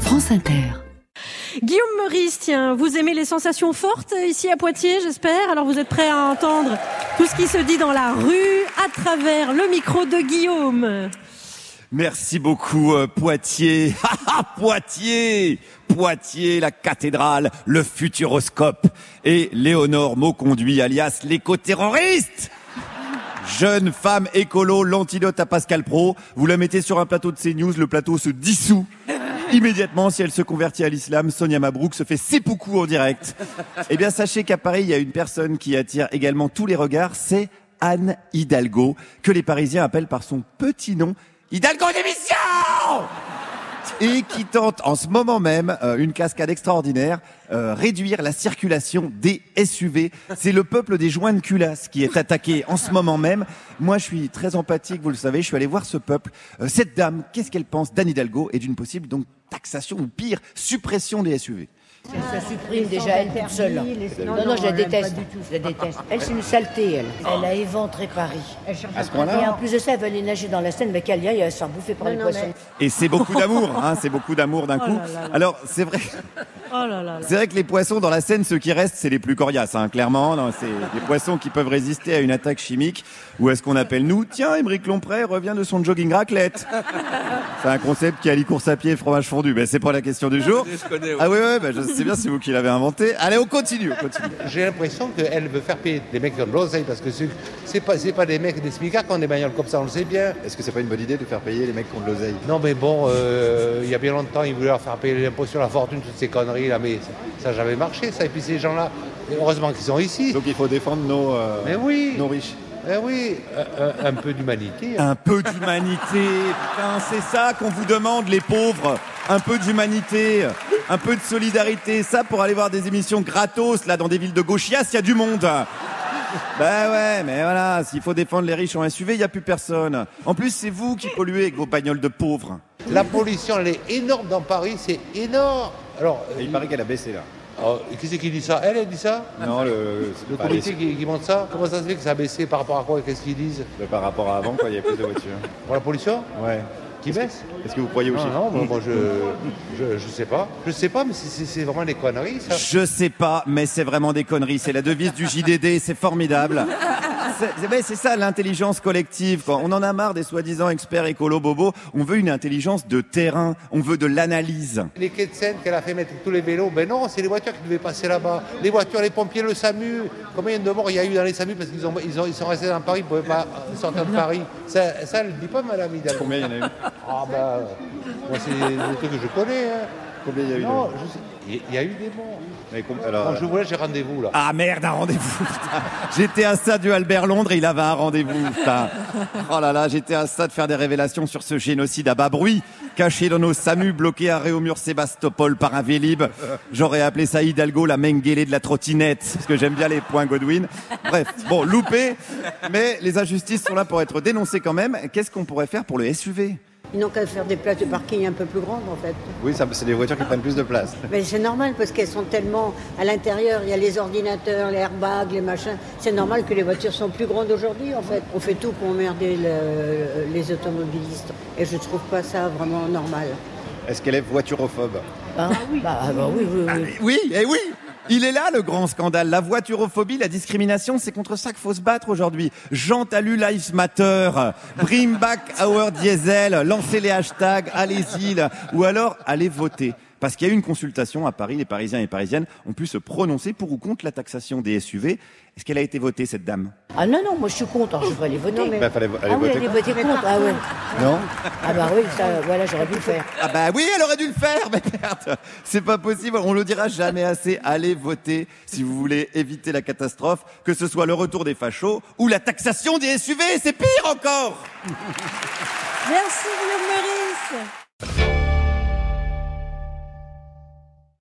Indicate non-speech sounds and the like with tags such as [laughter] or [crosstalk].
France Inter. Guillaume Meurice, tiens, vous aimez les sensations fortes euh, ici à Poitiers, j'espère. Alors vous êtes prêt à entendre tout ce qui se dit dans la rue à travers le micro de Guillaume. Merci beaucoup euh, Poitiers. [laughs] Poitiers Poitiers, la cathédrale, le futuroscope et Léonore Mauconduit alias l'éco-terroriste Jeune femme écolo, l'antidote à Pascal Pro. Vous la mettez sur un plateau de CNews, le plateau se dissout. Immédiatement, si elle se convertit à l'islam, Sonia Mabrouk se fait seppuku en direct. Eh bien, sachez qu'à Paris, il y a une personne qui attire également tous les regards, c'est Anne Hidalgo, que les Parisiens appellent par son petit nom, Hidalgo d'émission et qui tente en ce moment même euh, une cascade extraordinaire, euh, réduire la circulation des SUV. C'est le peuple des joints de culasse qui est attaqué en ce moment même. Moi, je suis très empathique, vous le savez, je suis allé voir ce peuple. Euh, cette dame, qu'est-ce qu'elle pense d'Anne Hidalgo et d'une possible donc taxation ou pire, suppression des SUV Ça supprime déjà elle toute seule. Non, non, je la déteste. Je la déteste. Elle, c'est une saleté, elle. Elle a éventré Paris. À ce Et point-là en plus de ça, elle va aller nager dans la Seine, mais qu'elle y aille, elle se faire bouffer par les poissons. Et c'est beaucoup d'amour, hein, c'est beaucoup d'amour d'un coup. là là là. Alors, c'est vrai... Oh là là là. C'est vrai que les poissons dans la Seine, ceux qui restent, c'est les plus coriaces, hein, clairement. Non, c'est des poissons qui peuvent résister à une attaque chimique. Ou est-ce qu'on appelle nous Tiens, Émeric Lompré revient de son jogging raclette. C'est un concept qui allie course à pied et fromage fondu. Ben, c'est pas la question du jour. Je connais, ouais. Ah oui, oui, ben, je sais bien, c'est vous qui l'avez inventé. Allez, on continue, on continue. J'ai l'impression qu'elle veut faire payer des mecs dans de l'oseille parce que c'est c'est pas, c'est pas des mecs des smicards qui ont des bagnoles comme ça, on le sait bien. Est-ce que c'est pas une bonne idée de faire payer les mecs qui ont de l'oseille Non, mais bon, euh, il y a bien longtemps, ils voulaient leur faire payer l'impôt sur la fortune, toutes ces conneries là, mais ça, ça jamais marché, ça. Et puis ces gens-là, heureusement qu'ils sont ici. Donc il faut défendre nos, euh, Mais oui. nos riches. Eh oui, un, un- un peu d'humanité. hein. Un peu d'humanité. Putain, c'est ça qu'on vous demande, les pauvres. Un peu d'humanité, un peu de solidarité. Ça, pour aller voir des émissions gratos, là, dans des villes de gauchias, il y a du monde. Bah ouais, mais voilà, s'il faut défendre les riches en SUV, il n'y a plus personne. En plus, c'est vous qui polluez avec vos bagnoles de pauvres. La pollution, elle est énorme dans Paris, c'est énorme. Alors, Et il paraît qu'elle a baissé là. euh, qui c'est qui dit ça Elle, elle dit ça Non, le, Le par, comité qui, qui monte ça Comment ça se fait que ça a baissé par rapport à quoi Qu'est-ce qu'ils disent les- par rapport à avant, quoi, il y avait plus de voitures. Pour la pollution Ouais. Qui baisse Est-ce que vous croyez aussi Non, non, moi, moi, je, je, je sais pas. Je sais pas, mais c'est- c'est c'est vraiment des conneries, ça. Je sais pas, mais c'est vraiment des conneries. C'est la devise du JDD, c'est formidable. C'est- C'est ouais, c'est ça l'intelligence collective. quoi. On en a marre des soi-disant experts écolo bobos. On veut une intelligence de terrain. On veut de l'analyse. Les quais de Seine qu'elle a fait mettre tous les vélos, ben non, c'est les voitures qui devaient passer là-bas. Les voitures, les pompiers, le SAMU. Combien de morts il y a eu dans les SAMU parce qu'ils ont, ils ont, ils sont restés dans Paris, ils ne pouvaient pas euh, sortir de Paris. Ça, ça elle ne dit pas, madame Hidalgo. Combien il y en a eu Ah bah, euh, moi, c'est des trucs que je connais. hein. Combien il y a eu de- Non, je sais- il y- il y a eu des morts. Mais com- Quand Alors, je vous laisse, j'ai rendez-vous, là. Ah merde, un rendez-vous. putain. [laughs] J'étais à ça du Albert Londres, il avait un rendez-vous. putain. Oh là là, j'étais à ça de faire des révélations sur ce génocide à bas bruit, caché dans nos SAMU, bloqué à Réaumur Sébastopol par un Vélib. J'aurais appelé ça Hidalgo la Mengele de la trottinette, parce que j'aime bien les points Godwin. Bref, bon, loupé, mais les injustices sont là pour être dénoncées quand même. Qu'est-ce qu'on pourrait faire pour le SUV Ils n'ont qu'à faire des places de parking un peu plus grandes en fait. oui, ça- c'est des voitures qui prennent plus de place. [laughs] Mais c'est normal parce qu'elles sont tellement à l'intérieur, il y a les ordinateurs, les airbags, les machins. C'est normal que les voitures sont plus grandes aujourd'hui en fait. On fait tout pour emmerder le- les automobilistes et je trouve pas ça vraiment normal. Est-ce qu'elle est voiturophobe Hein Bah, ah bah oui, oui, oui. Oui, eh oui il est là le grand scandale, la voiturophobie, la discrimination, c'est contre ça qu'il faut se battre aujourd'hui. Jean Talu Lives Matter, bring back our diesel, lancez les hashtags, allez-y, là. ou alors allez voter. Parce qu'il y a eu une consultation à Paris, les Parisiens et les Parisiennes ont pu se prononcer pour ou contre la taxation des SUV. Est-ce qu'elle a été votée, cette dame Ah non, non, moi je suis contre, alors je vais aller voter. Bah, fallait vo- aller ah oui, voter aller voter contre, ah ouais. Non Ah bah oui, ça, voilà, j'aurais pu le faire. Ah bah oui, elle aurait dû le faire, mais merde, c'est pas possible, on le dira jamais assez. Allez voter si vous voulez éviter la catastrophe, que ce soit le retour des fachos ou la taxation des SUV, c'est pire encore Merci Guillaume Meurice.